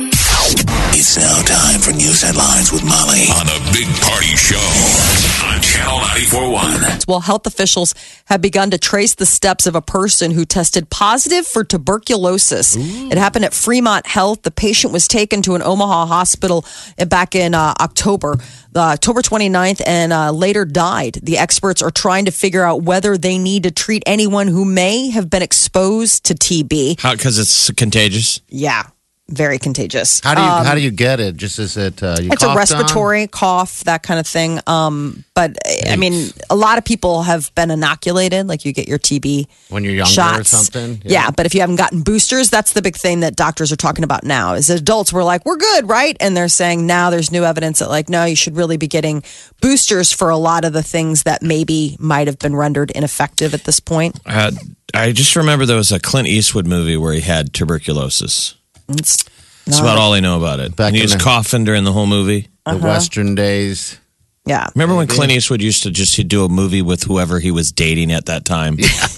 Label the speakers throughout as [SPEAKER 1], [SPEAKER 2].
[SPEAKER 1] It's now time for news headlines with Molly on the Big Party Show on Channel 941.
[SPEAKER 2] Well, health officials have begun to trace the steps of a person who tested positive for tuberculosis. It happened at Fremont Health. The patient was taken to an Omaha hospital back in uh, October, uh, October 29th, and uh, later died. The experts are trying to figure out whether they need to treat anyone who may have been exposed to TB.
[SPEAKER 3] How? Because it's contagious.
[SPEAKER 2] Yeah, very contagious.
[SPEAKER 4] How do you how do you get it? Just is it uh, you
[SPEAKER 2] Um, it's a
[SPEAKER 4] coughed on?
[SPEAKER 2] respiratory cough that kind of thing um but I- i mean a lot of people have been inoculated like you get your tb
[SPEAKER 4] When you're younger or
[SPEAKER 2] shots.
[SPEAKER 4] something?
[SPEAKER 2] yeah.
[SPEAKER 4] Yeah.
[SPEAKER 2] but if you haven't gotten boosters that's the big thing that doctors are talking about now is adults we're like we're good right and they're saying now there's new evidence that like no you should really be getting boosters for a lot of the things that maybe might have been rendered ineffective at this point
[SPEAKER 3] Uh, I just remember there was a Clint Eastwood movie where he had tuberculosis.
[SPEAKER 2] it's,
[SPEAKER 3] That's about all I know about it.
[SPEAKER 4] Back
[SPEAKER 3] and he
[SPEAKER 4] in
[SPEAKER 3] was
[SPEAKER 4] the-
[SPEAKER 3] coughing during the whole movie.
[SPEAKER 4] The
[SPEAKER 2] uh-huh.
[SPEAKER 4] Western days.
[SPEAKER 2] yeah
[SPEAKER 3] Remember when Clint Eastwood used to just he'd do a movie with whoever he was dating at that time?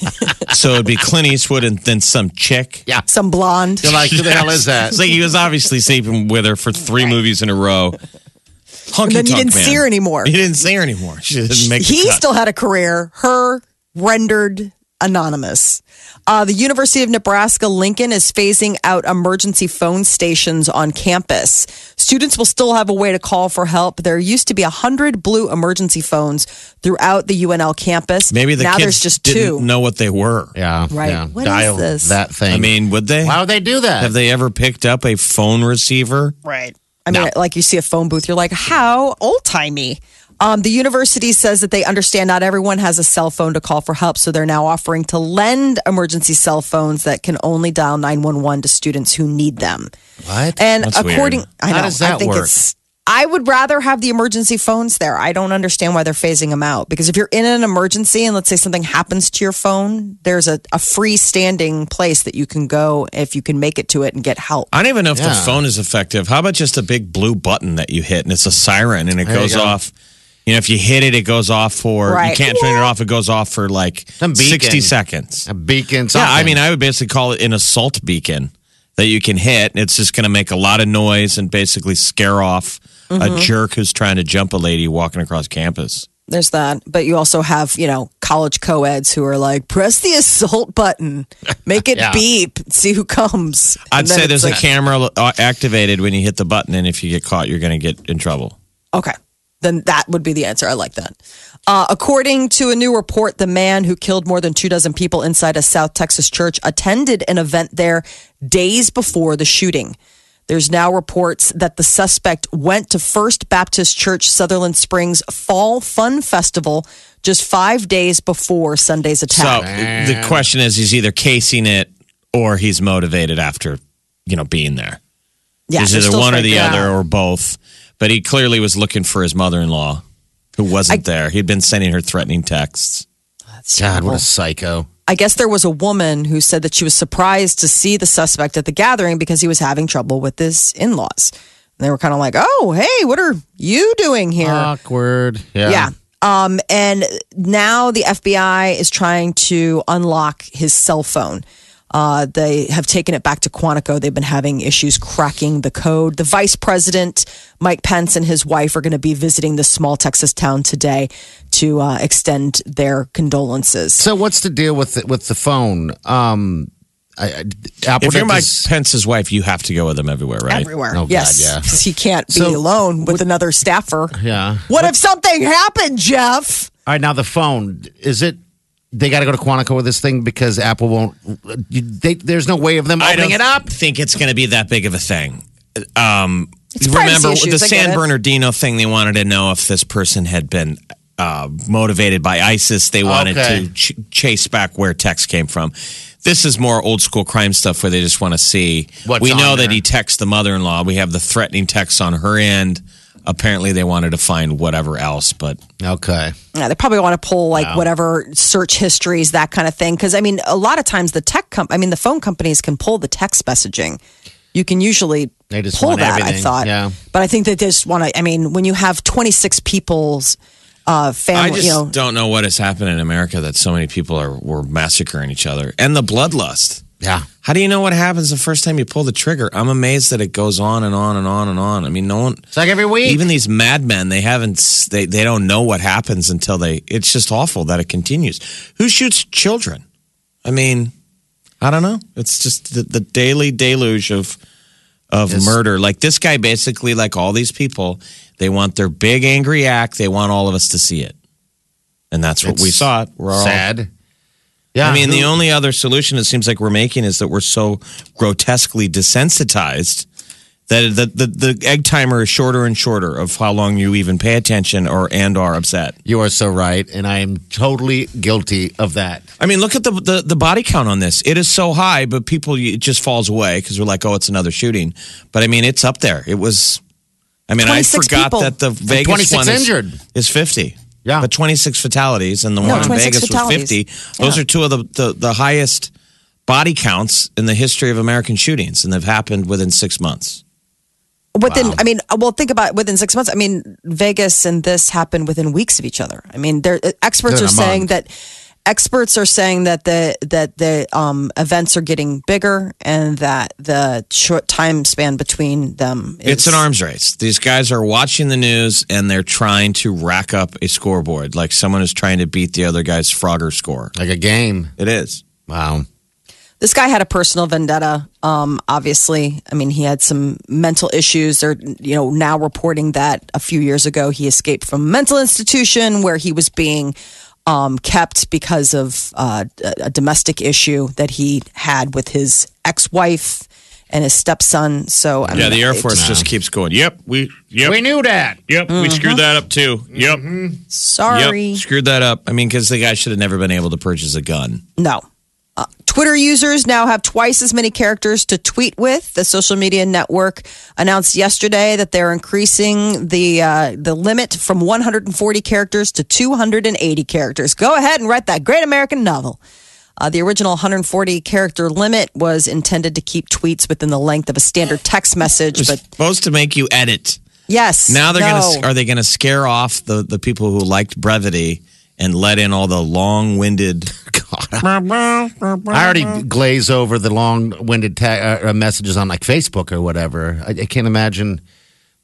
[SPEAKER 3] so it'd be Clint Eastwood and then some chick.
[SPEAKER 4] Yeah.
[SPEAKER 2] some blonde
[SPEAKER 4] You're like, who the hell is that?
[SPEAKER 3] It's like he was obviously sleeping with her for three movies in a row. Honky
[SPEAKER 2] and then you
[SPEAKER 3] Tonk
[SPEAKER 2] didn't see her
[SPEAKER 3] Man.
[SPEAKER 2] anymore
[SPEAKER 3] He didn't see her anymore. She didn't make the
[SPEAKER 2] he
[SPEAKER 3] cut.
[SPEAKER 2] still had a career. Her rendered anonymous. Uh, the University of Nebraska Lincoln is phasing out emergency phone stations on campus. Students will still have a way to call for help. There used to be hundred blue emergency phones throughout the UNL campus.
[SPEAKER 3] Maybe the
[SPEAKER 2] now
[SPEAKER 3] kids
[SPEAKER 2] there's just
[SPEAKER 3] didn't
[SPEAKER 2] two.
[SPEAKER 3] know what they were.
[SPEAKER 4] Yeah.
[SPEAKER 2] Right.
[SPEAKER 4] Yeah.
[SPEAKER 2] What is
[SPEAKER 4] Dial
[SPEAKER 2] this?
[SPEAKER 4] that thing.
[SPEAKER 3] I mean, would they?
[SPEAKER 4] why would they do that?
[SPEAKER 3] Have they ever picked up a phone receiver?
[SPEAKER 2] Right. I mean, like you see a phone booth, you're like, how old timey. Um, the university says that they understand not everyone has a cell phone to call for help, so they're now offering to lend emergency cell phones that can only dial 911 to students who need them.
[SPEAKER 4] what?
[SPEAKER 2] And
[SPEAKER 3] That's weird.
[SPEAKER 2] according, I know,
[SPEAKER 4] How does
[SPEAKER 2] I
[SPEAKER 4] that
[SPEAKER 2] think
[SPEAKER 4] work?
[SPEAKER 2] it's. I would rather have the emergency phones there. I don't understand why they're phasing them out because if you're in an emergency and let's say something happens to your phone, there's a, a freestanding place that you can go if you can make it to it and get help.
[SPEAKER 3] I don't even know if the
[SPEAKER 4] Yeah.
[SPEAKER 3] phone is effective. How about just a big blue button that you hit and it's a siren and it
[SPEAKER 4] There you
[SPEAKER 3] goes
[SPEAKER 4] go.
[SPEAKER 3] off? You know, if you hit it, it goes off for, you
[SPEAKER 2] Right.
[SPEAKER 3] can't turn it off, it goes off for like
[SPEAKER 4] Some beacon.
[SPEAKER 3] 60 seconds.
[SPEAKER 4] a beacon.
[SPEAKER 3] Yeah,
[SPEAKER 4] Something.
[SPEAKER 3] I mean, I would basically call it an assault beacon that you can hit. and It's just going to make a lot of noise and basically scare off a jerk who's trying to jump a lady walking across campus.
[SPEAKER 2] There's that. But you also have, you know, college co eds who are like, press the assault button, make it
[SPEAKER 4] Yeah.
[SPEAKER 2] beep, see who comes.
[SPEAKER 3] I'd
[SPEAKER 2] And then
[SPEAKER 3] say
[SPEAKER 2] it's
[SPEAKER 3] there's
[SPEAKER 2] like,
[SPEAKER 3] a camera uh, activated when you hit the button, and if you get caught, you're going to get in trouble.
[SPEAKER 2] Okay. Then that would be the answer. I like that. Uh, according to a new report, the man who killed more than two dozen people inside a South Texas church attended an event there days before the shooting. There's now reports that the suspect went to First Baptist Church Sutherland Springs Fall Fun Festival just five days before Sunday's
[SPEAKER 3] So
[SPEAKER 2] attack.
[SPEAKER 3] the question is, he's either casing it or he's motivated after, you know, being there.
[SPEAKER 2] yeah,
[SPEAKER 3] it's
[SPEAKER 2] they're
[SPEAKER 3] either
[SPEAKER 2] still
[SPEAKER 3] one or the
[SPEAKER 2] figuring it out.
[SPEAKER 3] other or both. But he clearly was looking for his mother-in-law, who wasn't there. He'd been sending her threatening texts.
[SPEAKER 4] God,
[SPEAKER 2] Oh.
[SPEAKER 4] what a psycho.
[SPEAKER 2] I guess there was a woman who said that she was surprised to see the suspect at the gathering because he was having trouble with his in laws. And they were kind of like, oh, hey, what are you doing here?
[SPEAKER 4] Awkward. Yeah.
[SPEAKER 2] yeah. Um, and now the FBI is trying to unlock his cell phone. Uh, they have taken it back to Quantico. They've been having issues cracking the code. The vice president, Mike Pence, and his wife are going to be visiting this small Texas town today to uh, extend their condolences.
[SPEAKER 4] So what's the deal with the, with the phone? Um, I, I, Apple
[SPEAKER 3] If you're Mike
[SPEAKER 4] does-
[SPEAKER 3] Pence's wife, you have to go with him everywhere, right?
[SPEAKER 2] everywhere.
[SPEAKER 4] Oh, God,
[SPEAKER 2] yes,
[SPEAKER 4] yeah.
[SPEAKER 2] 'Cause he can't be
[SPEAKER 4] So,
[SPEAKER 2] alone with another staffer.
[SPEAKER 4] yeah.
[SPEAKER 2] What if something happened, Jeff?
[SPEAKER 4] All right, now the phone is it? They got to go to Quantico with this thing because Apple won't. you- They, there's no way of them
[SPEAKER 3] I don't
[SPEAKER 4] opening it up.
[SPEAKER 3] think it's going to be that big of a thing. Um,
[SPEAKER 2] It's privacy
[SPEAKER 3] remember
[SPEAKER 2] issues,
[SPEAKER 3] the
[SPEAKER 2] I get
[SPEAKER 3] San
[SPEAKER 2] it.
[SPEAKER 3] Bernardino thing? They wanted to know if this person had been uh, motivated by ISIS. They wanted
[SPEAKER 4] Okay.
[SPEAKER 3] to ch- chase back where text came from. This is more old school crime stuff where they just want to see.
[SPEAKER 4] What's
[SPEAKER 3] we know
[SPEAKER 4] on
[SPEAKER 3] that
[SPEAKER 4] there.
[SPEAKER 3] he texts the mother in law. We have the threatening texts on her end. Apparently, they wanted to find whatever else, but
[SPEAKER 4] Okay.
[SPEAKER 2] Yeah, they probably want to pull like whatever search histories, that kind of thing. Because I mean, a lot of times the tech comp, I mean, the phone companies can pull the text messaging. You can usually
[SPEAKER 4] They just
[SPEAKER 2] pull
[SPEAKER 4] want
[SPEAKER 2] that. I
[SPEAKER 4] everything,
[SPEAKER 2] thought,
[SPEAKER 4] yeah.
[SPEAKER 2] but I think that they just want to. I mean, when you have twenty six people's uh,
[SPEAKER 3] I
[SPEAKER 2] family,
[SPEAKER 3] just
[SPEAKER 2] you know,
[SPEAKER 3] don't know what has happened in America that so many people are were massacring each other and the bloodlust.
[SPEAKER 4] Yeah.
[SPEAKER 3] How do you know what happens the first time you pull the trigger? I'm amazed that it goes on and on and on and on. I mean, no one.
[SPEAKER 4] It's like every week.
[SPEAKER 3] Even these madmen, they haven't. s- They they don't know what happens until they. It's just awful that it continues. Who shoots children? I mean, I don't know. It's just the, the daily deluge of of murder. Like this guy, basically, like all these people, they want their big angry act. They want all of us to see it, and that's what we
[SPEAKER 4] It's
[SPEAKER 3] saw. It. We're all
[SPEAKER 4] sad. Yeah.
[SPEAKER 3] I mean, the
[SPEAKER 4] who-
[SPEAKER 3] only other solution it seems like we're making is that we're so grotesquely desensitized that the, the, the egg timer is shorter and shorter of how long you even pay attention or and are upset.
[SPEAKER 4] you are so right, and I am totally guilty of that.
[SPEAKER 3] I mean, look at the, the, the body count on this. It is so high, but people, it just falls away because we're like, oh, it's another shooting. But I mean, it's up there. It was, I mean, I
[SPEAKER 2] 26
[SPEAKER 3] forgot
[SPEAKER 2] people.
[SPEAKER 3] that the Vegas
[SPEAKER 4] 26
[SPEAKER 3] one is,
[SPEAKER 4] injured.
[SPEAKER 3] is 50.
[SPEAKER 4] Yeah.
[SPEAKER 3] But 26 fatalities and the
[SPEAKER 2] No,
[SPEAKER 3] one in
[SPEAKER 2] 26
[SPEAKER 3] Vegas was 50.
[SPEAKER 2] fatalities.
[SPEAKER 3] Those
[SPEAKER 2] Yeah.
[SPEAKER 3] are two of the, the, the highest body counts in the history of American shootings, and they've happened within six months.
[SPEAKER 2] within. I mean, uh, well, think about within six months. I mean, Vegas and this happened within weeks of each other. I mean, there experts
[SPEAKER 4] Within
[SPEAKER 2] are
[SPEAKER 4] a
[SPEAKER 2] saying
[SPEAKER 4] month.
[SPEAKER 2] that experts are saying that the that the um, events are getting bigger and that the short time span between them. Is,
[SPEAKER 3] It's an arms race. These guys are watching the news and they're trying to rack up a scoreboard, like someone is trying to beat the other guy's Frogger score.
[SPEAKER 4] Like a game.
[SPEAKER 3] It is.
[SPEAKER 4] Wow.
[SPEAKER 2] This guy had a personal vendetta. Um, obviously, I mean, he had some mental issues. Or you know, now reporting that a few years ago he escaped from a mental institution where he was being um, kept because of uh, a a domestic issue that he had with his ex-wife and his stepson. So I
[SPEAKER 3] Yeah,
[SPEAKER 2] mean,
[SPEAKER 3] the Air
[SPEAKER 2] it-
[SPEAKER 3] Force just keeps going. Yep, we yep
[SPEAKER 4] We knew that.
[SPEAKER 3] yep we screwed that up too. Yep,
[SPEAKER 2] Sorry,
[SPEAKER 3] yep Mm-hmm. screwed that up. I mean, because the guy should have never been able to purchase a gun.
[SPEAKER 2] No. Uh, Twitter users now have twice as many characters to tweet with. The social media network announced yesterday that they're increasing the uh, the limit from 140 characters to 280 characters. Go ahead and write that great American novel. Uh, the original 140 character limit was intended to keep tweets within the length of a standard text message, but
[SPEAKER 3] Supposed to make you edit.
[SPEAKER 2] yes,
[SPEAKER 3] Now they're
[SPEAKER 2] no.
[SPEAKER 3] gonna are they gonna scare off the the people who liked brevity and let in all the long winded.
[SPEAKER 4] I already glaze over the long-winded ta- uh, messages on like Facebook or whatever. I, I can't imagine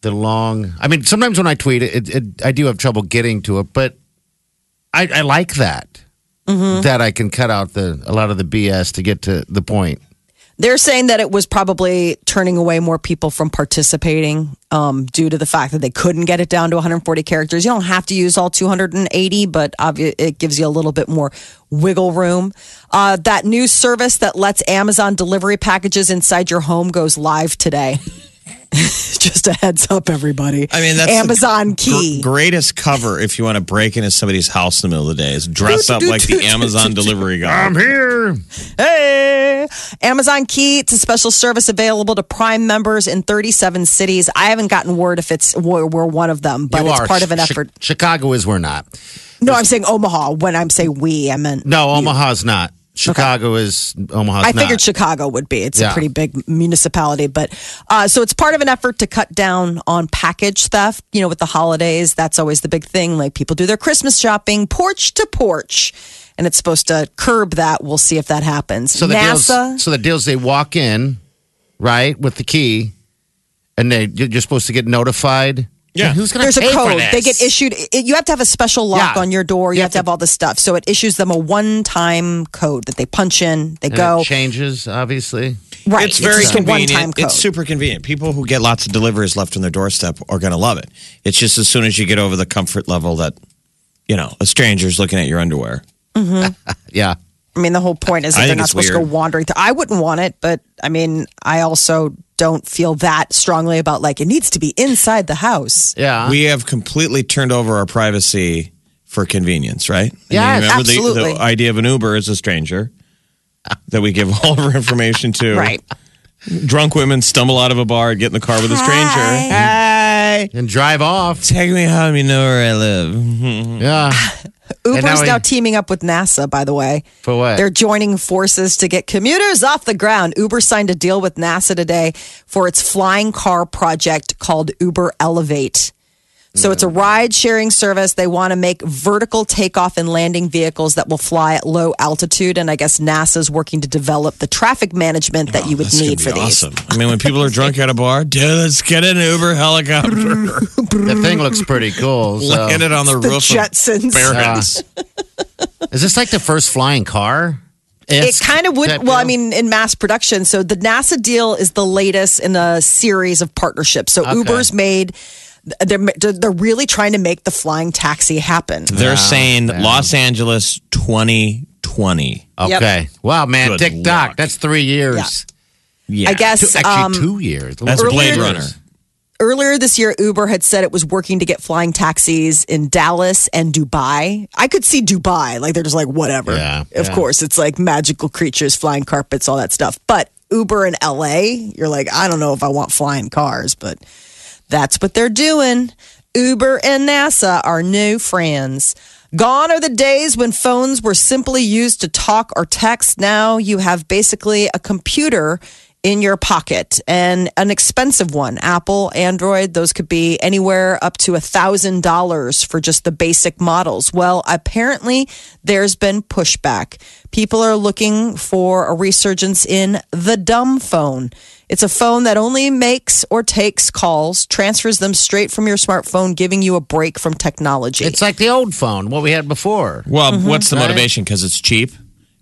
[SPEAKER 4] the long. I mean, sometimes when I tweet, it, it I do have trouble getting to it, but I, I like that that I can cut out the a lot of the BS to get to the point.
[SPEAKER 2] They're saying that it was probably turning away more people from participating um, due to the fact that they couldn't get it down to 140 characters. You don't have to use all 280, but obvi- it gives you a little bit more wiggle room. Uh, that new service that lets Amazon delivery packages inside your home goes live today. Just a heads up, everybody.
[SPEAKER 3] I mean, that's the
[SPEAKER 2] Amazon key.
[SPEAKER 3] Gr- greatest cover if you want to break into somebody's house in the middle of the day is dress up like the Amazon delivery guy.
[SPEAKER 4] here.
[SPEAKER 2] Hey! Amazon Key, it's a special service available to Prime members in 37 cities. I haven't gotten word if it's we're, we're one of them, but
[SPEAKER 4] You
[SPEAKER 2] it's
[SPEAKER 4] are.
[SPEAKER 2] part of an
[SPEAKER 4] Chi-
[SPEAKER 2] effort.
[SPEAKER 4] Chicago is we're not.
[SPEAKER 2] No, I'm saying Omaha. When I'm saying we, I meant
[SPEAKER 4] No, Omaha's not. Chicago is Omaha's
[SPEAKER 2] I
[SPEAKER 4] not.
[SPEAKER 2] figured Chicago would be. It's a
[SPEAKER 4] Yeah.
[SPEAKER 2] pretty big municipality, but uh, so it's part of an effort to cut down on package theft. You know, with the holidays, that's always the big thing. Like people do their Christmas shopping porch to porch, and it's supposed to curb that. We'll see if that happens.
[SPEAKER 4] So the
[SPEAKER 2] NASA.
[SPEAKER 4] deals. So the deals. They walk in, right, with the key, and they you're you're supposed to get notified.
[SPEAKER 3] Yeah.
[SPEAKER 4] who's gonna
[SPEAKER 2] There's a
[SPEAKER 4] pay for
[SPEAKER 2] code.
[SPEAKER 4] this?
[SPEAKER 2] They get issued. It, you have to have a special lock
[SPEAKER 4] Yeah.
[SPEAKER 2] on your door. You, have, to have all this stuff. So it issues them a one-time code that they punch in. They
[SPEAKER 4] And
[SPEAKER 2] go
[SPEAKER 4] It changes obviously.
[SPEAKER 2] right.
[SPEAKER 3] It's very
[SPEAKER 2] just a one-time
[SPEAKER 3] convenient.
[SPEAKER 2] code.
[SPEAKER 3] It's super convenient. People who get lots of deliveries left on their doorstep are going to love it. It's just as soon as you get over the comfort level that, you know, a stranger's looking at your underwear.
[SPEAKER 2] Uh-huh.
[SPEAKER 4] Yeah.
[SPEAKER 2] I mean, the whole point is that
[SPEAKER 3] I
[SPEAKER 2] they're
[SPEAKER 3] think
[SPEAKER 2] not
[SPEAKER 3] it's
[SPEAKER 2] supposed to
[SPEAKER 3] weird.
[SPEAKER 2] go wandering. Through. I wouldn't want it, but I mean, I also don't feel that strongly about like it needs to be inside the house.
[SPEAKER 4] Yeah.
[SPEAKER 3] we have completely turned over our privacy for convenience, right?
[SPEAKER 4] Yes,
[SPEAKER 3] The,
[SPEAKER 2] absolutely.
[SPEAKER 3] the idea of an Uber is a stranger that we give all of our information to.
[SPEAKER 2] Right.
[SPEAKER 3] Drunk women stumble out of a bar, get in the car with a stranger. away.
[SPEAKER 4] and drive off.
[SPEAKER 3] Take me home. You know where I live.
[SPEAKER 4] Yeah.
[SPEAKER 2] Uber's
[SPEAKER 4] now
[SPEAKER 2] now,
[SPEAKER 4] he-
[SPEAKER 2] teaming up with NASA, by the way.
[SPEAKER 4] For what?
[SPEAKER 2] They're joining forces to get commuters off the ground. Uber signed a deal with NASA today for its flying car project called Uber Elevate. So it's a
[SPEAKER 3] Hmm.
[SPEAKER 2] ride sharing service. They want to make vertical takeoff and landing vehicles that will fly at low altitude. And I guess NASA's working to develop the traffic management that you would
[SPEAKER 3] That's Oh, gonna
[SPEAKER 2] need
[SPEAKER 3] be
[SPEAKER 2] for these.
[SPEAKER 3] awesome. I mean, when people are drunk at a bar, dude, let's get an Uber helicopter.
[SPEAKER 4] the thing looks pretty cool. so-
[SPEAKER 3] Land it on the
[SPEAKER 2] The
[SPEAKER 3] roof.
[SPEAKER 2] Jetsons.
[SPEAKER 3] Of Barron's.
[SPEAKER 4] Is this like the first flying car?
[SPEAKER 2] It kind of would.
[SPEAKER 4] that
[SPEAKER 2] Well, I
[SPEAKER 4] deal?
[SPEAKER 2] mean, in mass production. So the NASA deal is the latest in a series of partnerships. So Uber's made. They're they're really trying to make the flying taxi happen.
[SPEAKER 3] They're saying Los Angeles 2020.
[SPEAKER 4] Okay. Wow, man.
[SPEAKER 3] Good
[SPEAKER 4] Tick tock.
[SPEAKER 3] luck.
[SPEAKER 4] That's three years.
[SPEAKER 3] Yeah.
[SPEAKER 2] I guess
[SPEAKER 4] Two, actually,
[SPEAKER 2] um,
[SPEAKER 4] two years.
[SPEAKER 3] That's
[SPEAKER 4] Almost
[SPEAKER 3] Blade
[SPEAKER 4] three
[SPEAKER 3] Runner.
[SPEAKER 4] years.
[SPEAKER 2] earlier this year, Uber had said it was working to get flying taxis in Dallas and Dubai. I could see Dubai, like they're just like whatever.
[SPEAKER 4] Yeah,
[SPEAKER 2] of
[SPEAKER 4] yeah.
[SPEAKER 2] course, it's like magical creatures, flying carpets, all that stuff. But Uber in LA, you're like, I don't know if I want flying cars, but that's what they're doing. Uber and NASA are new friends. Gone are the days when phones were simply used to talk or text. Now you have basically a computer in your pocket and an expensive one. Apple, Android, those could be anywhere up to $1,000 for just the basic models. Well, apparently there's been pushback. People are looking for a resurgence in the dumb phone. It's a phone that only makes or takes calls, transfers them straight from your smartphone, giving you a break from technology.
[SPEAKER 4] It's like the old phone, what we had before.
[SPEAKER 3] Well, what's the motivation? Because it's cheap?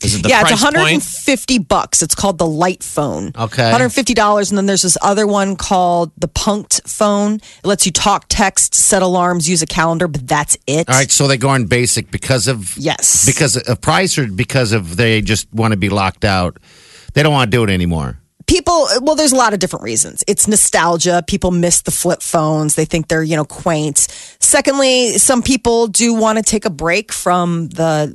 [SPEAKER 3] Is it
[SPEAKER 2] Mm-hmm.
[SPEAKER 3] the
[SPEAKER 2] yeah,
[SPEAKER 3] price
[SPEAKER 2] it's 150
[SPEAKER 3] point?
[SPEAKER 2] bucks. It's called the Light Phone.
[SPEAKER 4] Okay.
[SPEAKER 2] 150 dollars, and then there's this other one called the Punct Phone. It lets you talk, text, set alarms, use a calendar, but that's it.
[SPEAKER 4] All right, so they go on basic because of
[SPEAKER 2] Yes.
[SPEAKER 4] because of price or because of they just want to be locked out. They don't want to do it anymore.
[SPEAKER 2] people well there's a lot of different reasons it's nostalgia people miss the flip phones they think they're you know quaint secondly some people do want to take a break from the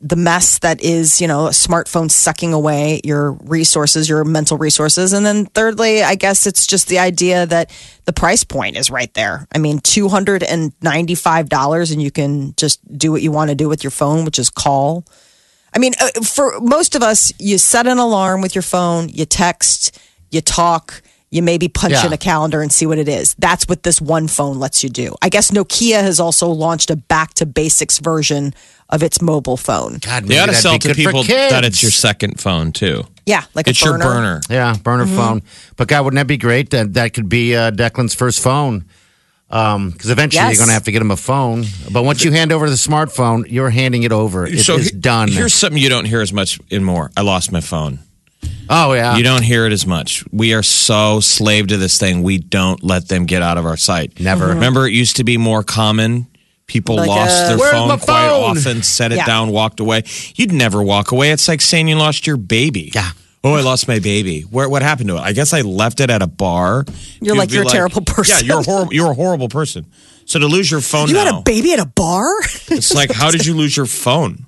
[SPEAKER 2] the mess that is you know a smartphone sucking away your resources your mental resources and then thirdly i guess it's just the idea that the price point is right there i mean $295 and you can just do what you want to do with your phone which is call I mean, uh, for most of us, you set an alarm with your phone, you text, you talk, you maybe punch
[SPEAKER 4] Yeah.
[SPEAKER 2] in a calendar and see what it is. That's what this one phone lets you do. I guess Nokia has also launched a back to basics version of its mobile phone.
[SPEAKER 4] God,
[SPEAKER 3] They
[SPEAKER 4] maybe
[SPEAKER 3] ought to
[SPEAKER 4] that'd
[SPEAKER 3] sell
[SPEAKER 4] be
[SPEAKER 3] to
[SPEAKER 4] good for
[SPEAKER 3] people that
[SPEAKER 4] kids.
[SPEAKER 3] it's your second phone, too.
[SPEAKER 2] Yeah, like
[SPEAKER 3] it's
[SPEAKER 2] a burner.
[SPEAKER 3] your burner.
[SPEAKER 4] Yeah, burner phone. But God, wouldn't that be great? That that could be uh, Declan's first phone. Because eventually
[SPEAKER 2] Yes.
[SPEAKER 4] you're going to have to get him a phone. But once you hand over the smartphone, you're handing it over. It is
[SPEAKER 3] so he-
[SPEAKER 4] done.
[SPEAKER 3] Here's something you don't hear as much in more. I lost my phone.
[SPEAKER 4] oh yeah,
[SPEAKER 2] Ah.
[SPEAKER 3] You don't hear it as much. We are so slave to this thing. We don't let them get out of our sight. Mm-hmm.
[SPEAKER 4] Never. Mhm.
[SPEAKER 3] Remember, it used to be more common. People
[SPEAKER 2] Like,
[SPEAKER 3] lost
[SPEAKER 2] uh,
[SPEAKER 3] their
[SPEAKER 4] Where's my
[SPEAKER 3] phone quite
[SPEAKER 4] phone?
[SPEAKER 3] often, set it
[SPEAKER 2] Yeah.
[SPEAKER 3] down, walked away. You'd never walk away. It's like saying you lost your baby.
[SPEAKER 4] Yeah.
[SPEAKER 3] Oh, I lost my baby. Where? What happened to it? I guess I left it at a bar.
[SPEAKER 2] You're
[SPEAKER 3] You'd
[SPEAKER 2] like,
[SPEAKER 3] be
[SPEAKER 2] "You're a terrible
[SPEAKER 3] Yeah,
[SPEAKER 2] person."
[SPEAKER 3] you're a horrible. You're a horrible person. So to lose your phone
[SPEAKER 2] You
[SPEAKER 3] now,
[SPEAKER 2] had a baby at a bar?
[SPEAKER 3] it's like how did you lose your phone?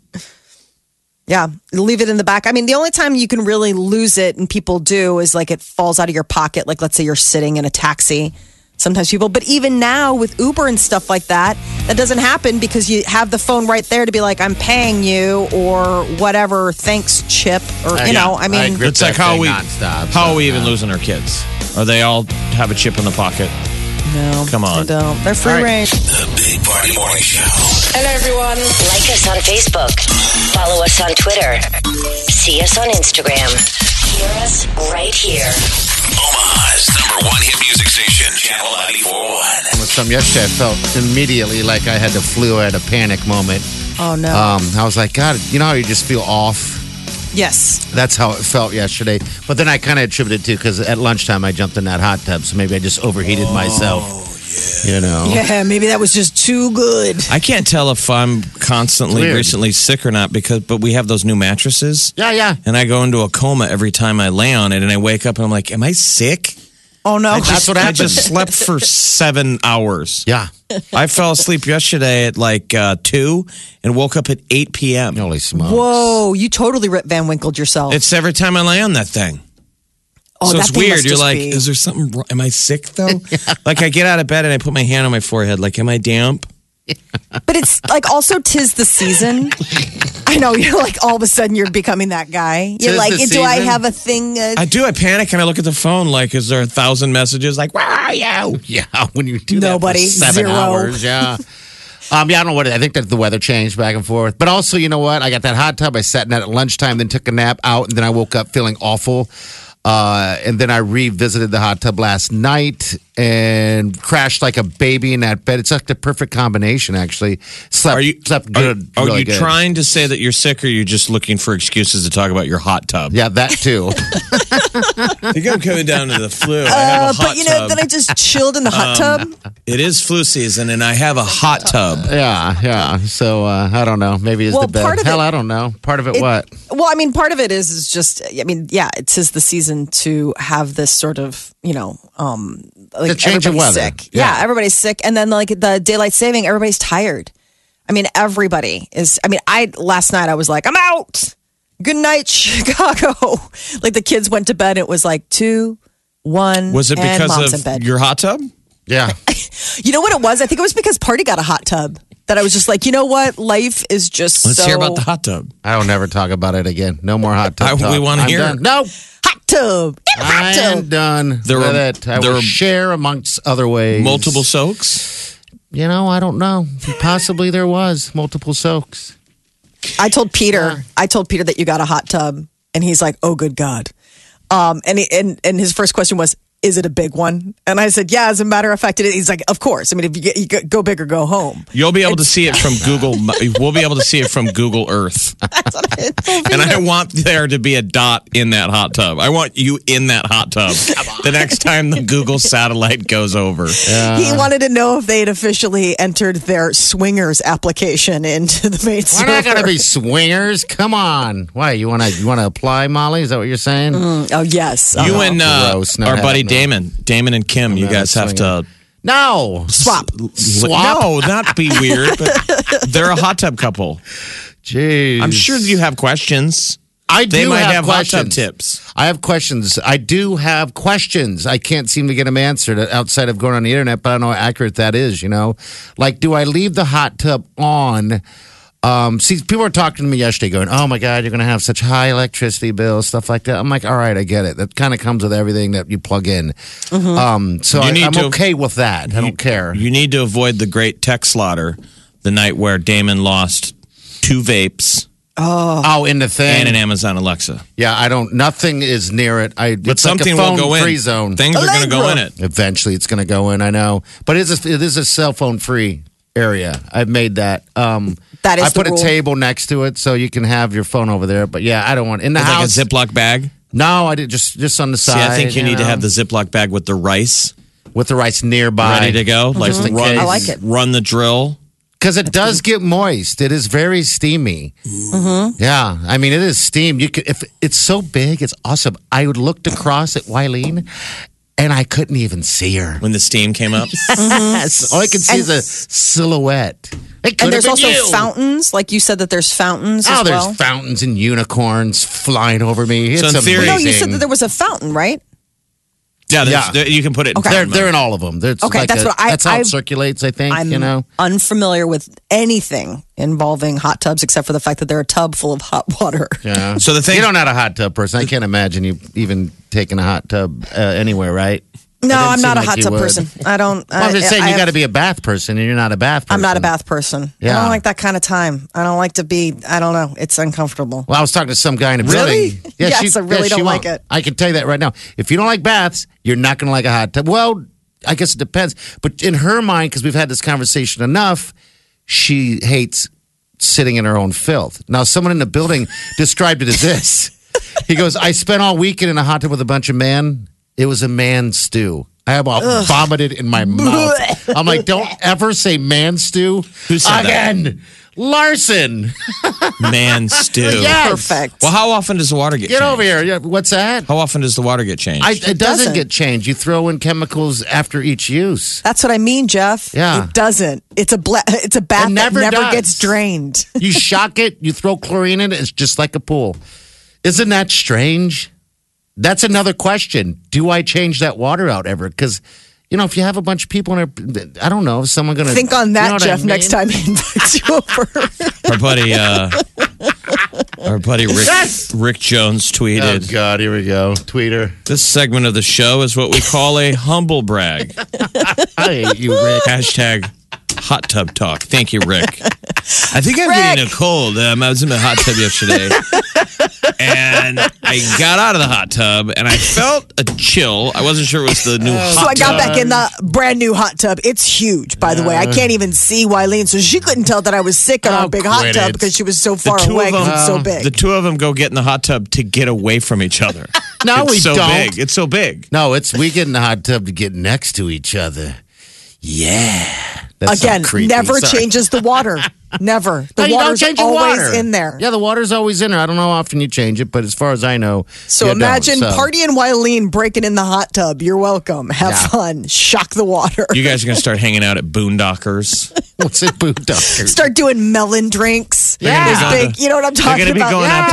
[SPEAKER 2] yeah, leave it in the back. I mean, the only time you can really lose it, and people do, is like it falls out of your pocket. Like, let's say you're sitting in a taxi. Sometimes people, but even now with Uber and stuff like that, that doesn't happen because you have the phone right there to be like, I'm paying you or whatever. Thanks, Chip. Or, you
[SPEAKER 4] Uh, yeah,
[SPEAKER 2] know, I
[SPEAKER 4] I
[SPEAKER 2] mean,
[SPEAKER 4] agree. Rip
[SPEAKER 3] it's like
[SPEAKER 4] that
[SPEAKER 3] how
[SPEAKER 4] thing
[SPEAKER 3] we
[SPEAKER 4] nonstop,
[SPEAKER 3] how
[SPEAKER 4] so,
[SPEAKER 3] are we even
[SPEAKER 4] yeah.
[SPEAKER 3] losing our kids? Are they all have a chip in the pocket?
[SPEAKER 2] no,
[SPEAKER 3] Come on.
[SPEAKER 2] They don't. They're free
[SPEAKER 4] All right.
[SPEAKER 2] range.
[SPEAKER 1] The Big Party Morning Show.
[SPEAKER 5] Hello, everyone.
[SPEAKER 6] Like us on Facebook. Follow us on Twitter. See us on Instagram. Hear us right here.
[SPEAKER 1] Omaha's number one hit music station, Channel 941.
[SPEAKER 4] with some yesterday, I felt immediately like I had the flu. I had a panic moment.
[SPEAKER 2] Oh, no.
[SPEAKER 4] Um, I was like, God, you know how you just feel off.
[SPEAKER 2] yes.
[SPEAKER 4] That's how it felt yesterday. But then I kind of attributed to because at lunchtime I jumped in that hot tub, so maybe I just overheated myself. You know.
[SPEAKER 2] Oh, Yeah, maybe that was just too good.
[SPEAKER 3] I can't tell if I'm constantly
[SPEAKER 4] It's weird.
[SPEAKER 3] recently sick or not because but we have those new mattresses
[SPEAKER 4] Yeah, yeah.
[SPEAKER 3] and I go into a coma every time I lay on it and I wake up and I'm like, Am I sick?
[SPEAKER 2] Oh, no.
[SPEAKER 4] That's what
[SPEAKER 3] I
[SPEAKER 4] happened.
[SPEAKER 3] just slept for seven hours.
[SPEAKER 4] yeah.
[SPEAKER 3] I fell asleep yesterday at like uh, two and woke up at eight PM.
[SPEAKER 4] Holy smokes.
[SPEAKER 2] Whoa, you totally Rip Van Winkled yourself.
[SPEAKER 3] It's every time I lay on that thing. It's
[SPEAKER 2] Oh,
[SPEAKER 3] so
[SPEAKER 2] that
[SPEAKER 3] it's
[SPEAKER 2] thing
[SPEAKER 3] weird.
[SPEAKER 2] must
[SPEAKER 3] You're
[SPEAKER 2] just
[SPEAKER 3] like,
[SPEAKER 2] be-
[SPEAKER 3] is there something wrong? Am I sick though? like I get out of bed and I put my hand on my forehead. Like, am I damp?
[SPEAKER 2] But it's like also tis the season. I know you're like all of a sudden you're becoming that guy. You're
[SPEAKER 3] Tis
[SPEAKER 2] like, do
[SPEAKER 3] the
[SPEAKER 2] I
[SPEAKER 3] season?
[SPEAKER 2] have a thing? Uh,
[SPEAKER 3] I do. I panic and I look at the phone. Like, is there a thousand messages? Like, where are you?
[SPEAKER 4] Oh, Yeah, when you do
[SPEAKER 2] Nobody.
[SPEAKER 4] that for seven
[SPEAKER 2] Zero.
[SPEAKER 4] hours, yeah. Um, yeah, I don't know what. It, I think that the weather changed back and forth, but also, you know what? I got that hot tub. I sat in that at lunchtime, then took a nap out, and then I woke up feeling awful. Uh, and then I revisited the hot tub last night and crashed like a baby in that bed. It's like the perfect combination, actually. Slept,
[SPEAKER 3] Are you
[SPEAKER 4] slept
[SPEAKER 3] Are,
[SPEAKER 4] good.
[SPEAKER 3] are
[SPEAKER 4] really
[SPEAKER 3] you
[SPEAKER 4] good.
[SPEAKER 3] trying to say that you're sick, or are you just looking for excuses to talk about your hot tub?
[SPEAKER 4] Yeah, that too.
[SPEAKER 3] I think I'm coming down to the flu. I
[SPEAKER 2] uh,
[SPEAKER 3] have a hot
[SPEAKER 2] but you know,
[SPEAKER 3] tub. Um,
[SPEAKER 2] then I just chilled in the hot tub.
[SPEAKER 3] it is flu season, and I have a hot tub.
[SPEAKER 4] yeah, yeah. So uh, I don't know. Maybe it's
[SPEAKER 2] Well,
[SPEAKER 4] the bed.
[SPEAKER 2] part of
[SPEAKER 4] Hell,
[SPEAKER 2] it-
[SPEAKER 4] I don't know. Part of it,
[SPEAKER 2] It-
[SPEAKER 4] what?
[SPEAKER 2] Well, I mean, part of it is is just. I mean, yeah, it tis the season to have this sort of you know, um, like
[SPEAKER 4] The change of
[SPEAKER 2] everybody's
[SPEAKER 4] weather.
[SPEAKER 2] Sick. Yeah.
[SPEAKER 4] Yeah.
[SPEAKER 2] everybody's sick, and then like the daylight saving, everybody's tired. I mean, everybody is. I mean, I last night I was like, I'm out. Good night, Chicago. like the kids went to bed. It was like two, one.
[SPEAKER 3] Was it
[SPEAKER 2] and mom's
[SPEAKER 3] because
[SPEAKER 2] in bed.
[SPEAKER 3] of your hot tub?
[SPEAKER 4] Yeah.
[SPEAKER 2] You know what it was? I think it was because Party got a hot tub that I was just like, you know what? Life is just
[SPEAKER 3] Let's
[SPEAKER 2] so
[SPEAKER 3] hear about the hot tub.
[SPEAKER 4] I will never talk about it again. No more hot tub.
[SPEAKER 3] I- we
[SPEAKER 4] talk.
[SPEAKER 3] wanna
[SPEAKER 4] I'm
[SPEAKER 3] hear
[SPEAKER 4] done.
[SPEAKER 3] it.
[SPEAKER 4] No,
[SPEAKER 2] hot tub. In the
[SPEAKER 4] I
[SPEAKER 2] hot
[SPEAKER 4] am
[SPEAKER 2] tub.
[SPEAKER 4] done
[SPEAKER 3] There
[SPEAKER 4] with
[SPEAKER 3] were-
[SPEAKER 4] it. I
[SPEAKER 3] there
[SPEAKER 4] will
[SPEAKER 3] were
[SPEAKER 4] share amongst other ways.
[SPEAKER 3] Multiple soaks.
[SPEAKER 4] You know, I don't know. Possibly there was multiple soaks.
[SPEAKER 2] I told Peter, I told Peter that you got a hot tub, and he's like, oh, good God. Um, and, he, and and his first question was, is it a big one? And I said, yeah, as a matter of fact, it is. He's like, of course. I mean, if you, get, you go- go big or go home.
[SPEAKER 3] You'll be able to see it from Google. we'll be able to see it from Google Earth. and I want there to be a dot in that hot tub. I want you in that hot tub the next time the Google satellite goes over.
[SPEAKER 2] he wanted to know if they had officially entered their swingers application into the main
[SPEAKER 4] We're not going to
[SPEAKER 2] server.
[SPEAKER 4] be swingers. Come on. Why you want to you want to apply, Molly? Is that what you're saying?
[SPEAKER 2] Oh, yes.
[SPEAKER 3] You
[SPEAKER 4] Oh,
[SPEAKER 3] and uh,
[SPEAKER 4] gross. No,
[SPEAKER 3] our buddy
[SPEAKER 4] no.
[SPEAKER 3] Damon, Damon and Kim, you
[SPEAKER 4] not
[SPEAKER 3] guys
[SPEAKER 4] a
[SPEAKER 3] have to
[SPEAKER 4] No.
[SPEAKER 2] Swap.
[SPEAKER 4] Swap?
[SPEAKER 3] No, that'd be weird. But they're a hot tub couple.
[SPEAKER 4] Jeez.
[SPEAKER 3] I'm sure you have questions.
[SPEAKER 4] I do
[SPEAKER 3] They might have, hot
[SPEAKER 4] questions.
[SPEAKER 3] tub tips.
[SPEAKER 4] I have questions. I do have questions. I can't seem to get them answered outside of going on the internet, but I don't know how accurate that is, you know? Like, do I leave the hot tub on? Um, see, people were talking to me yesterday going, oh my God, you're going to have such high electricity bills, stuff like that. I'm like, all right, I get it. That kind of comes with everything that you plug in. Um, so
[SPEAKER 3] You
[SPEAKER 4] I,
[SPEAKER 3] need
[SPEAKER 4] am
[SPEAKER 3] to-
[SPEAKER 4] okay with that. I don't care.
[SPEAKER 3] You need to avoid the great tech slaughter the night where Damon lost two vapes
[SPEAKER 4] oh, in the thing.
[SPEAKER 3] and an Amazon Alexa.
[SPEAKER 4] yeah, I don't, nothing is near it. I,
[SPEAKER 3] But
[SPEAKER 4] it's
[SPEAKER 3] something
[SPEAKER 4] like a phone
[SPEAKER 3] will go in.
[SPEAKER 4] free zone.
[SPEAKER 3] Things are going to go in it.
[SPEAKER 4] Eventually, it's going to go in. I know, but it is a, it is a cell phone free area. I've made that. Um,
[SPEAKER 2] That is
[SPEAKER 4] I
[SPEAKER 2] the
[SPEAKER 4] put a
[SPEAKER 2] rule.
[SPEAKER 4] table next to it so you can have your phone over there. But yeah, I don't want in the
[SPEAKER 3] It's like a
[SPEAKER 4] house.
[SPEAKER 3] Ziploc bag.
[SPEAKER 4] no, I did just just on the
[SPEAKER 3] See,
[SPEAKER 4] side.
[SPEAKER 3] I think you, need to
[SPEAKER 4] know,
[SPEAKER 3] have the Ziploc bag with the rice
[SPEAKER 4] with the rice nearby,
[SPEAKER 3] ready to go. Like,
[SPEAKER 4] Just in
[SPEAKER 3] run,
[SPEAKER 4] case. I
[SPEAKER 2] like it.
[SPEAKER 3] run the drill.
[SPEAKER 4] because it does get moist. It is very steamy.
[SPEAKER 2] Mm-hmm.
[SPEAKER 4] Yeah, I mean it is steam. You could if it's so big, it's awesome. I would looked across at Wileen, and I couldn't even see her.
[SPEAKER 3] When the steam came up,
[SPEAKER 4] Yes. All I can see is a silhouette. It
[SPEAKER 2] Mm-hmm. And
[SPEAKER 4] could've
[SPEAKER 2] there's also
[SPEAKER 4] been you.
[SPEAKER 2] fountains. Like you said that there's fountains
[SPEAKER 4] Oh,
[SPEAKER 2] as
[SPEAKER 4] there's
[SPEAKER 2] well.
[SPEAKER 4] fountains and unicorns flying over me. It's
[SPEAKER 3] So in theory-
[SPEAKER 4] amazing.
[SPEAKER 2] no, you said that there was a fountain, right?
[SPEAKER 3] yeah, there's,
[SPEAKER 4] Yeah.
[SPEAKER 3] There, you can put it.
[SPEAKER 2] Okay.
[SPEAKER 3] In
[SPEAKER 4] they're,
[SPEAKER 3] fountain
[SPEAKER 4] they're
[SPEAKER 3] mode.
[SPEAKER 4] in all of them. There's
[SPEAKER 2] Okay,
[SPEAKER 4] like
[SPEAKER 2] that's
[SPEAKER 4] a-
[SPEAKER 2] what I-
[SPEAKER 4] that's how
[SPEAKER 2] I-
[SPEAKER 4] it circulates. I think you know.
[SPEAKER 2] unfamiliar with anything involving hot tubs except for the fact that they're a tub full of hot water.
[SPEAKER 4] Yeah.
[SPEAKER 3] So the thing-
[SPEAKER 4] you don't have a hot tub person. I can't imagine you even taking a hot tub uh, anywhere, right? It
[SPEAKER 2] No,
[SPEAKER 4] didn't
[SPEAKER 2] I'm not
[SPEAKER 4] seem
[SPEAKER 2] a
[SPEAKER 4] like
[SPEAKER 2] hot
[SPEAKER 4] you
[SPEAKER 2] tub
[SPEAKER 4] would.
[SPEAKER 2] person. I don't.
[SPEAKER 4] Well, I'm just saying
[SPEAKER 2] I,
[SPEAKER 4] you
[SPEAKER 2] I
[SPEAKER 4] got to be a bath person, and you're not a bath. person.
[SPEAKER 2] I'm not a bath person. I
[SPEAKER 4] Yeah.
[SPEAKER 2] don't like that kind of time. I don't like to be. I don't know. It's uncomfortable.
[SPEAKER 4] Well, I was talking to some guy in a
[SPEAKER 2] Really?
[SPEAKER 4] building.
[SPEAKER 2] Yes, I really don't
[SPEAKER 4] she
[SPEAKER 2] like
[SPEAKER 4] won't.
[SPEAKER 2] it.
[SPEAKER 4] I can tell you that right now. If you don't like baths, you're not going to like a hot tub. Well, I guess it depends. But in her mind, because we've had this conversation enough, she hates sitting in her own filth. Now, someone in the building described it as this. He goes, I spent all weekend in a hot tub with a bunch of men. It was a man stew. I about vomited in my mouth. I'm like, don't ever say man stew
[SPEAKER 3] Who said that?
[SPEAKER 4] again. Larson.
[SPEAKER 3] man stew.
[SPEAKER 4] Yes.
[SPEAKER 2] Perfect.
[SPEAKER 3] Well, how often does the water get?
[SPEAKER 4] Get
[SPEAKER 3] changed?
[SPEAKER 4] over here. Yeah, what's that?
[SPEAKER 3] How often does the water get changed?
[SPEAKER 4] I, it doesn't,
[SPEAKER 2] doesn't.
[SPEAKER 4] get changed. You throw in chemicals after each use.
[SPEAKER 2] That's what I mean, Jeff.
[SPEAKER 4] Yeah.
[SPEAKER 2] It doesn't. It's a bla- it's a bath
[SPEAKER 4] It
[SPEAKER 2] never
[SPEAKER 4] never
[SPEAKER 2] that never
[SPEAKER 4] does.
[SPEAKER 2] gets drained.
[SPEAKER 4] You shock it, you throw chlorine in it, it's just like a pool. Isn't that strange? That's another question. Do I change that water out ever? Because, you know, if you have a bunch of people in there, I don't know. Is someone going to
[SPEAKER 2] Think on that,
[SPEAKER 4] you know what I
[SPEAKER 2] Jeff, next
[SPEAKER 4] mean?
[SPEAKER 2] time he invites you over.
[SPEAKER 3] Our buddy, uh, our buddy Rick, Rick Jones
[SPEAKER 4] Oh
[SPEAKER 3] tweeted.
[SPEAKER 4] God, here we go. Tweeter.
[SPEAKER 3] This segment of the show is what we call a humble brag.
[SPEAKER 4] I hate you, Rick.
[SPEAKER 3] Hashtag hot tub talk. Thank you, Rick. I think I'm getting a cold. Um, I was in the hot tub yesterday and I got out of the hot tub and I felt a chill. I wasn't sure it was the new
[SPEAKER 4] Oh,
[SPEAKER 3] hot
[SPEAKER 2] so I got
[SPEAKER 3] tub.
[SPEAKER 2] back in the brand new hot tub. It's huge, by the way. I can't even see Wileen, so she couldn't tell that I was sick in our
[SPEAKER 4] Oh,
[SPEAKER 2] big hot
[SPEAKER 4] quit
[SPEAKER 2] tub
[SPEAKER 4] it.
[SPEAKER 2] because she was so far
[SPEAKER 3] two
[SPEAKER 2] away
[SPEAKER 3] of
[SPEAKER 2] 'cause it's so
[SPEAKER 3] them-
[SPEAKER 2] big.
[SPEAKER 3] The two of them go get in the hot tub to get away from each other.
[SPEAKER 4] No,
[SPEAKER 3] it's
[SPEAKER 4] we
[SPEAKER 3] so
[SPEAKER 4] don't.
[SPEAKER 3] big. It's so big.
[SPEAKER 4] No, it's we get in the hot tub to get next to each other. Yeah. That's so
[SPEAKER 2] Again,
[SPEAKER 4] creepy.
[SPEAKER 2] never
[SPEAKER 4] Sorry.
[SPEAKER 2] changes the water. Never.
[SPEAKER 4] No,
[SPEAKER 2] The
[SPEAKER 4] you don't
[SPEAKER 2] water's
[SPEAKER 4] change your
[SPEAKER 2] always
[SPEAKER 4] water.
[SPEAKER 2] in there.
[SPEAKER 4] Yeah, the water's always in there. I don't know how often you change it, but as far as I know,
[SPEAKER 2] So
[SPEAKER 4] you don't.
[SPEAKER 2] imagine
[SPEAKER 4] So-
[SPEAKER 2] Party and Wileen breaking in the hot tub. You're welcome. Have
[SPEAKER 4] Yeah.
[SPEAKER 2] fun. Shock the water.
[SPEAKER 3] You guys are going to start hanging out at Boondockers.
[SPEAKER 4] What's it, boot doctor?
[SPEAKER 2] Start doing melon drinks.
[SPEAKER 4] They're gonna
[SPEAKER 2] Those
[SPEAKER 4] be going
[SPEAKER 2] big,
[SPEAKER 3] to-
[SPEAKER 2] you know what I'm
[SPEAKER 3] They're
[SPEAKER 2] talking
[SPEAKER 3] going to be
[SPEAKER 2] about?
[SPEAKER 3] going
[SPEAKER 4] Yeah.
[SPEAKER 3] out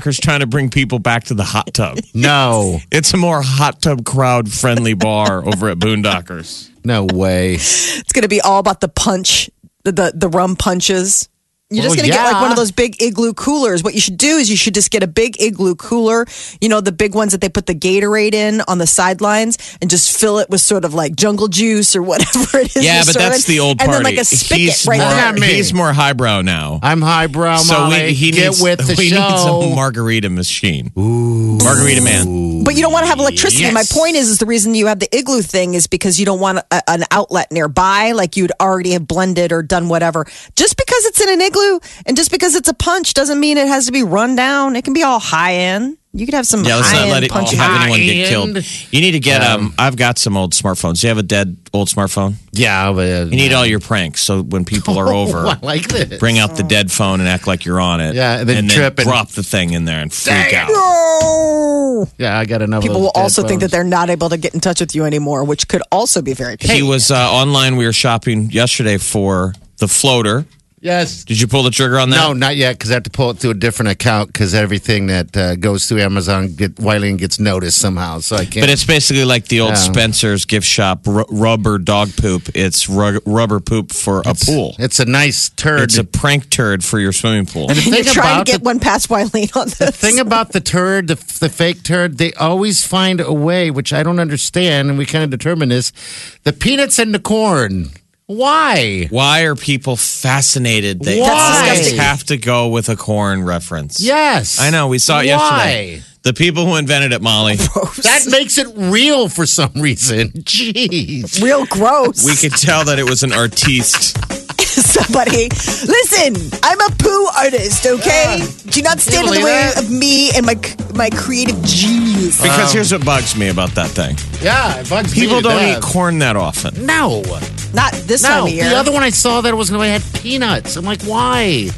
[SPEAKER 3] to Boondockers trying to bring people back to the hot tub.
[SPEAKER 4] No,
[SPEAKER 3] It's a more hot tub crowd friendly bar over at Boondockers.
[SPEAKER 4] no way.
[SPEAKER 2] It's going to be all about the punch, the the, the rum punches. You're just
[SPEAKER 3] Oh,
[SPEAKER 2] going
[SPEAKER 4] Well,
[SPEAKER 2] to get like
[SPEAKER 4] yeah.
[SPEAKER 2] one of those big igloo coolers. What you should do is you should just get a big igloo cooler, you know, the big ones that they put the Gatorade in on the sidelines and just fill it with sort of like jungle juice or whatever it is.
[SPEAKER 3] Yeah,
[SPEAKER 2] you're
[SPEAKER 3] but
[SPEAKER 2] serving.
[SPEAKER 3] that's the old
[SPEAKER 2] And then
[SPEAKER 3] party.
[SPEAKER 2] like a spigot
[SPEAKER 3] he's
[SPEAKER 2] right
[SPEAKER 3] more,
[SPEAKER 2] there.
[SPEAKER 4] Not me.
[SPEAKER 3] He's more highbrow now.
[SPEAKER 4] I'm highbrow,
[SPEAKER 3] so
[SPEAKER 4] Molly.
[SPEAKER 3] we, he
[SPEAKER 4] get
[SPEAKER 3] needs,
[SPEAKER 4] with the
[SPEAKER 3] we
[SPEAKER 4] show.
[SPEAKER 3] needs a margarita machine. Margarita man.
[SPEAKER 2] But you don't want to have electricity.
[SPEAKER 4] Yes.
[SPEAKER 2] My point is, is the reason you have the igloo thing is because you don't want a, an outlet nearby, like you'd already have blended or done whatever. Just because it's in an igloo and just because it's a punch doesn't mean it has to be run down. It can be all high end. You could have some
[SPEAKER 3] Yeah, let's
[SPEAKER 2] high
[SPEAKER 3] not let
[SPEAKER 2] end
[SPEAKER 3] it
[SPEAKER 2] punch.
[SPEAKER 3] have anyone get
[SPEAKER 4] High-end.
[SPEAKER 3] killed. You need to get um, I've got some old smartphones. Do you have a dead old smartphone?
[SPEAKER 4] yeah, but uh,
[SPEAKER 3] You need all your pranks. So when people are over,
[SPEAKER 4] I like this.
[SPEAKER 3] bring out the dead phone and act like you're on it.
[SPEAKER 4] Yeah, and then trip and-
[SPEAKER 3] drop the thing in there and freak out.
[SPEAKER 2] Oh.
[SPEAKER 4] yeah, I got another.
[SPEAKER 2] People will also think that they're not able to get in touch with you anymore, which could also be very.
[SPEAKER 3] He was uh, online. We were shopping yesterday for the floater.
[SPEAKER 4] yes.
[SPEAKER 3] Did you pull the trigger on that?
[SPEAKER 4] No, not yet, because I have to pull it through a different account because everything that uh, goes through Amazon, get, Wileen gets noticed somehow, so I can't.
[SPEAKER 3] But it's basically like the old
[SPEAKER 4] Yeah.
[SPEAKER 3] Spencer's gift shop r- rubber dog poop. It's rug- rubber poop for a pool.
[SPEAKER 4] it's a nice turd.
[SPEAKER 3] It's a prank turd for your swimming pool.
[SPEAKER 4] the
[SPEAKER 2] You're
[SPEAKER 4] thing
[SPEAKER 2] trying
[SPEAKER 4] about
[SPEAKER 2] to get
[SPEAKER 4] the,
[SPEAKER 2] one past Wileen on this.
[SPEAKER 4] the thing about the turd, the, the fake turd, they always find a way, which I don't understand, and we kind of determine this: the peanuts and the corn. Why?
[SPEAKER 3] Why are people fascinated that
[SPEAKER 4] Why? That's
[SPEAKER 3] always
[SPEAKER 4] disgusting.
[SPEAKER 3] have to go with a corn reference?
[SPEAKER 4] Yes,
[SPEAKER 3] I know. We saw it yesterday.
[SPEAKER 4] Why?
[SPEAKER 3] The people who invented it, Molly.
[SPEAKER 4] That makes it real for some reason. Jeez.
[SPEAKER 2] Real gross.
[SPEAKER 3] We could tell that it was an artiste.
[SPEAKER 2] somebody. Listen, I'm a poo artist, okay? Do not stand in the
[SPEAKER 4] believe
[SPEAKER 2] way
[SPEAKER 4] that?
[SPEAKER 2] of me and my my creative genius.
[SPEAKER 3] Because here's what bugs me about that thing:
[SPEAKER 4] Yeah, it bugs me
[SPEAKER 3] people
[SPEAKER 4] to
[SPEAKER 3] don't
[SPEAKER 4] death.
[SPEAKER 3] eat corn that often.
[SPEAKER 4] No,
[SPEAKER 2] Not this time
[SPEAKER 4] no.
[SPEAKER 2] of year.
[SPEAKER 4] The other one I saw that was going to had peanuts. I'm like, why?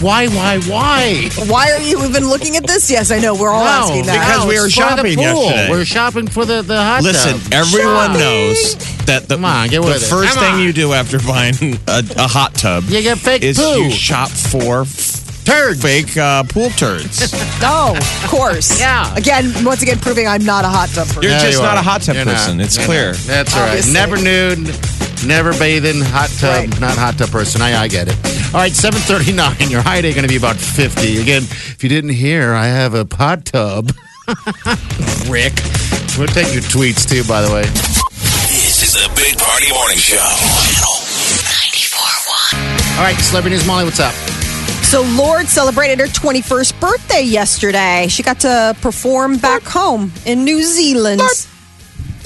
[SPEAKER 4] Why? Why? Why?
[SPEAKER 2] Why are you even looking at this? Yes, I know we're all
[SPEAKER 4] No,
[SPEAKER 2] asking that.
[SPEAKER 3] because we were
[SPEAKER 4] it's for the
[SPEAKER 3] shopping
[SPEAKER 4] pool.
[SPEAKER 3] yesterday.
[SPEAKER 4] We were shopping for the the hot
[SPEAKER 3] Listen,
[SPEAKER 4] tub.
[SPEAKER 3] everyone
[SPEAKER 4] Shopping.
[SPEAKER 3] knows that the,
[SPEAKER 4] Come on, get
[SPEAKER 3] the
[SPEAKER 4] with it.
[SPEAKER 3] first
[SPEAKER 4] Come
[SPEAKER 3] thing
[SPEAKER 4] on.
[SPEAKER 3] you do after buying a, a hot tub
[SPEAKER 4] You get fake
[SPEAKER 3] is
[SPEAKER 4] poo.
[SPEAKER 3] you shop for f-
[SPEAKER 4] Turds.
[SPEAKER 3] fake uh, pool turds.
[SPEAKER 2] No, of course.
[SPEAKER 4] Yeah.
[SPEAKER 2] Again, once again, proving I'm not a hot tub person.
[SPEAKER 3] You're
[SPEAKER 4] Yeah,
[SPEAKER 3] just
[SPEAKER 4] you
[SPEAKER 3] not
[SPEAKER 4] are.
[SPEAKER 3] a hot tub
[SPEAKER 4] You're not.
[SPEAKER 3] person. It's
[SPEAKER 4] You're
[SPEAKER 3] clear.
[SPEAKER 4] not. That's all right.
[SPEAKER 2] Obviously.
[SPEAKER 4] Never nude. Never bathing, hot tub,
[SPEAKER 2] Right.
[SPEAKER 4] not hot tub person. I, I get it. All right, 739. Your high day going to be about 50. Again, if you didn't hear, I have a hot tub. Rick. We'll take your tweets too, by the way.
[SPEAKER 1] This is the Big Party Morning Show. Channel 94.1.
[SPEAKER 4] All right, Celebrity News Molly, what's up?
[SPEAKER 2] So Lord celebrated her 21st birthday yesterday. She got to perform back home in New Zealand.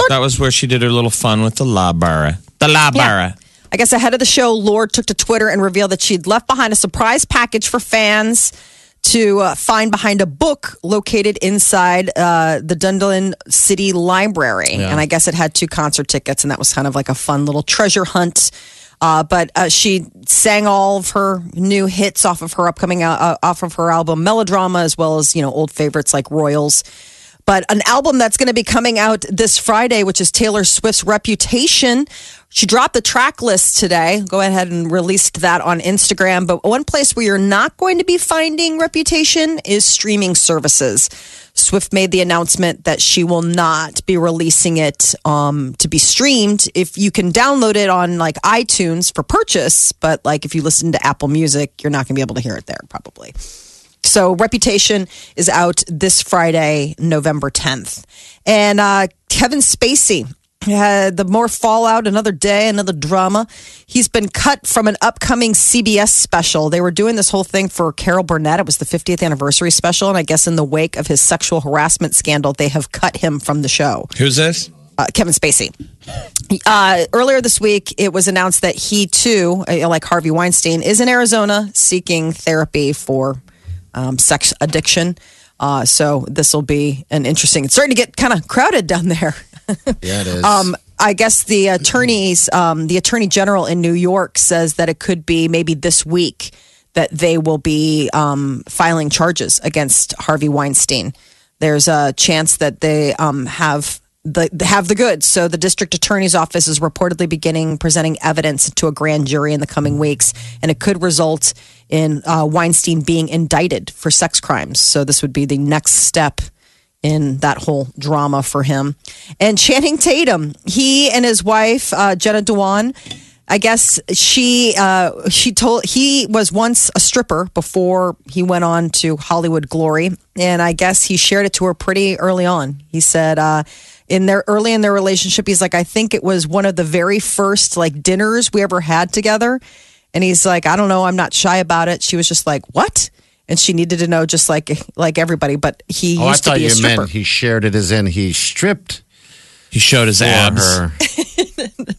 [SPEAKER 3] That was where she did her little fun with the la barra. The la barra.
[SPEAKER 2] I guess ahead of the show, Lord took to Twitter and revealed that she'd left behind a surprise package for fans to uh, find behind a book located inside uh, the Dunedin City Library. And I guess it had two concert tickets, and that was kind of like a fun little treasure hunt. Uh, but uh, she sang all of her new hits off of her upcoming uh, off of her album Melodrama, as well as you know old favorites like Royals. But an album that's going to be coming out this Friday, which is Taylor Swift's Reputation. She dropped the track list today. Go ahead and released that on Instagram. But one place where you're not going to be finding reputation is streaming services. Swift made the announcement that she will not be releasing it um, to be streamed. If you can download it on like iTunes for purchase, but like if you listen to Apple Music, you're not going to be able to hear it there probably. So Reputation is out this Friday, November 10th. And uh, Kevin Spacey had the more fallout, another day, another drama. He's been cut from an upcoming CBS special. They were doing this whole thing for Carol Burnett. It was the 50th anniversary special. And I guess in the wake of his sexual harassment scandal, they have cut him from the show
[SPEAKER 3] Who's this?
[SPEAKER 2] uh, Kevin Spacey. Uh, earlier this week, it was announced that he too, uh, like Harvey Weinstein, is in Arizona seeking therapy for um, sex addiction. Uh, so this will be an interesting. It's starting to get kind of crowded down there.
[SPEAKER 4] Yeah, it is.
[SPEAKER 2] Um, I guess the attorneys, um, the attorney general in New York says that it could be maybe this week that they will be um, filing charges against Harvey Weinstein. There's a chance that they um, have the have the goods. So the district attorney's office is reportedly beginning presenting evidence to a grand jury in the coming weeks, and it could result in uh, Weinstein being indicted for sex crimes. So this would be the next step in that whole drama for him. And Channing Tatum, he and his wife uh, Jenna Dewan, I guess she uh, she told he was once a stripper before he went on to Hollywood glory, and I guess he shared it to her pretty early on. He said. Uh, in their early in their relationship, he's like, I think it was one of the very first like dinners we ever had together. And he's like, I don't know, I'm not shy about it. She was just like, What? And she needed to know just like like everybody, but he
[SPEAKER 4] oh, I
[SPEAKER 2] used to
[SPEAKER 4] thought
[SPEAKER 2] be a
[SPEAKER 4] you
[SPEAKER 2] stripper.
[SPEAKER 4] meant he shared it as in he stripped
[SPEAKER 3] He showed his
[SPEAKER 4] for
[SPEAKER 3] abs.
[SPEAKER 4] her.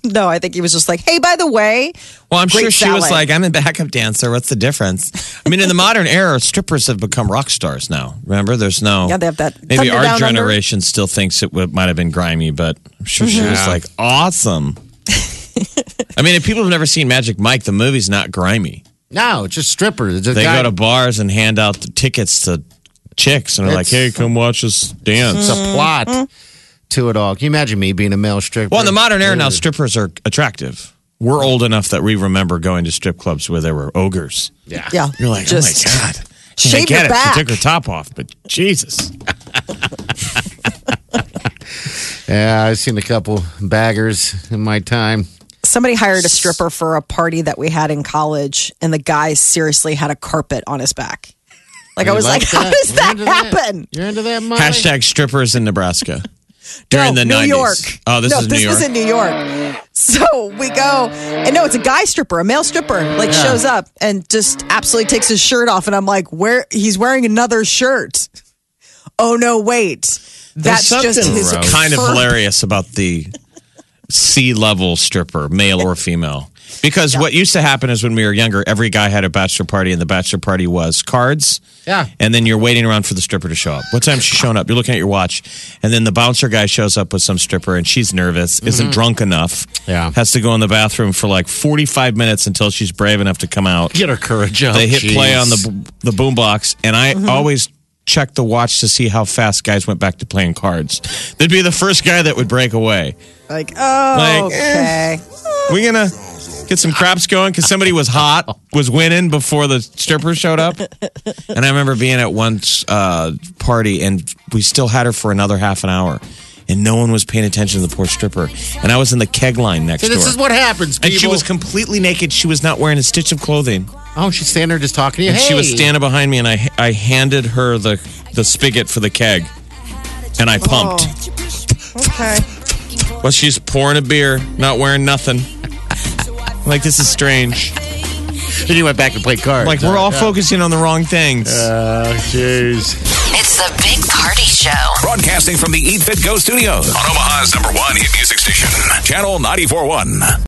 [SPEAKER 2] No, I think he was just like, hey, by the way,
[SPEAKER 3] Well, I'm sure
[SPEAKER 2] Great
[SPEAKER 3] she was
[SPEAKER 2] ballet.
[SPEAKER 3] like, I'm a backup dancer. What's the difference? I mean, in the modern era, strippers have become rock stars now. Remember, there's no.
[SPEAKER 2] Yeah, they have that
[SPEAKER 3] Maybe
[SPEAKER 2] thunder
[SPEAKER 3] our
[SPEAKER 2] down under.
[SPEAKER 3] generation still thinks it would, might have been grimy, but I'm sure she was like, awesome. I mean, if people have never seen Magic Mike, the movie's not grimy.
[SPEAKER 4] No, it's just strippers.
[SPEAKER 3] They go to bars and hand out the tickets to chicks and are like,
[SPEAKER 4] It's-
[SPEAKER 3] hey, come watch us dance.
[SPEAKER 4] It's a
[SPEAKER 2] Mm-hmm.
[SPEAKER 4] plot to it all. Can you imagine me being a male stripper?
[SPEAKER 3] Well, in the modern era now, strippers are attractive. We're old enough that we remember going to strip clubs where there were ogres.
[SPEAKER 4] Yeah.
[SPEAKER 2] yeah,
[SPEAKER 3] You're like,
[SPEAKER 2] just
[SPEAKER 3] oh my god.
[SPEAKER 2] shave
[SPEAKER 3] I get
[SPEAKER 2] your
[SPEAKER 3] it.
[SPEAKER 2] back. Oh,
[SPEAKER 3] She took her top off, but Jesus.
[SPEAKER 4] Yeah, I've seen a couple baggers in my time.
[SPEAKER 2] somebody hired a stripper for a party that we had in college, and the guy seriously had a carpet on his back. Like
[SPEAKER 3] Oh,
[SPEAKER 2] I was like, how does
[SPEAKER 4] You're
[SPEAKER 2] that
[SPEAKER 4] into that?
[SPEAKER 2] happen?
[SPEAKER 4] You're into that, Molly?
[SPEAKER 3] Hashtag strippers in Nebraska. During
[SPEAKER 2] No,
[SPEAKER 3] the
[SPEAKER 2] New
[SPEAKER 3] 90s.
[SPEAKER 2] York.
[SPEAKER 3] Oh, this
[SPEAKER 2] no,
[SPEAKER 3] is
[SPEAKER 2] this
[SPEAKER 3] New York.
[SPEAKER 2] is in New York. So we go, and no, it's a guy stripper, a male stripper, like shows up and just absolutely takes his shirt off, and I'm like, where he's wearing another shirt. Oh no, wait,
[SPEAKER 3] There's
[SPEAKER 2] that's
[SPEAKER 3] something
[SPEAKER 2] just his
[SPEAKER 3] kind of
[SPEAKER 2] fur-
[SPEAKER 3] hilarious about the sea level stripper, male or female. Because what used to happen is when we were younger, every guy had a bachelor party, and the bachelor party was cards.
[SPEAKER 4] Yeah.
[SPEAKER 3] And then you're waiting around for the stripper to show up. What time's she showing up? You're looking at your watch. And then the bouncer guy shows up with some stripper, and she's nervous, isn't drunk enough.
[SPEAKER 4] Mm-hmm. Yeah.
[SPEAKER 3] Has to go in the bathroom for like 45 minutes until she's brave enough to come out.
[SPEAKER 4] Get her courage up.
[SPEAKER 3] They hit play
[SPEAKER 4] Oh, Jeez. Mm-hmm.
[SPEAKER 3] on the the boombox, and I always checked the watch to see how fast guys went back to playing cards. They'd be the first guy that would break away.
[SPEAKER 2] Like, oh,
[SPEAKER 3] Like, eh.
[SPEAKER 2] okay.
[SPEAKER 3] We gonna get some craps going because somebody was hot, was winning before the stripper showed up. And I remember being at one uh, party, and we still had her for another half an hour, and no one was paying attention to the poor stripper. And I was in the keg line next
[SPEAKER 4] See,
[SPEAKER 3] door.
[SPEAKER 4] this is what happens, people.
[SPEAKER 3] and she was completely naked. She was not wearing a stitch of clothing.
[SPEAKER 4] oh, she's standing there just talking to you.
[SPEAKER 3] And she was
[SPEAKER 4] Hey.
[SPEAKER 3] standing behind me, and I I handed her the the spigot for the keg, and I pumped.
[SPEAKER 2] Okay.
[SPEAKER 3] Well, she's pouring a beer, not wearing nothing. like this is strange.
[SPEAKER 4] And you went back and played cards.
[SPEAKER 3] Like we're all
[SPEAKER 4] Yeah.
[SPEAKER 3] focusing on the wrong things.
[SPEAKER 4] Oh, jeez.
[SPEAKER 6] It's the Big Party Show.
[SPEAKER 1] E Broadcasting from the Eat Fit Go studios on Omaha's number one hit music station, Channel 941.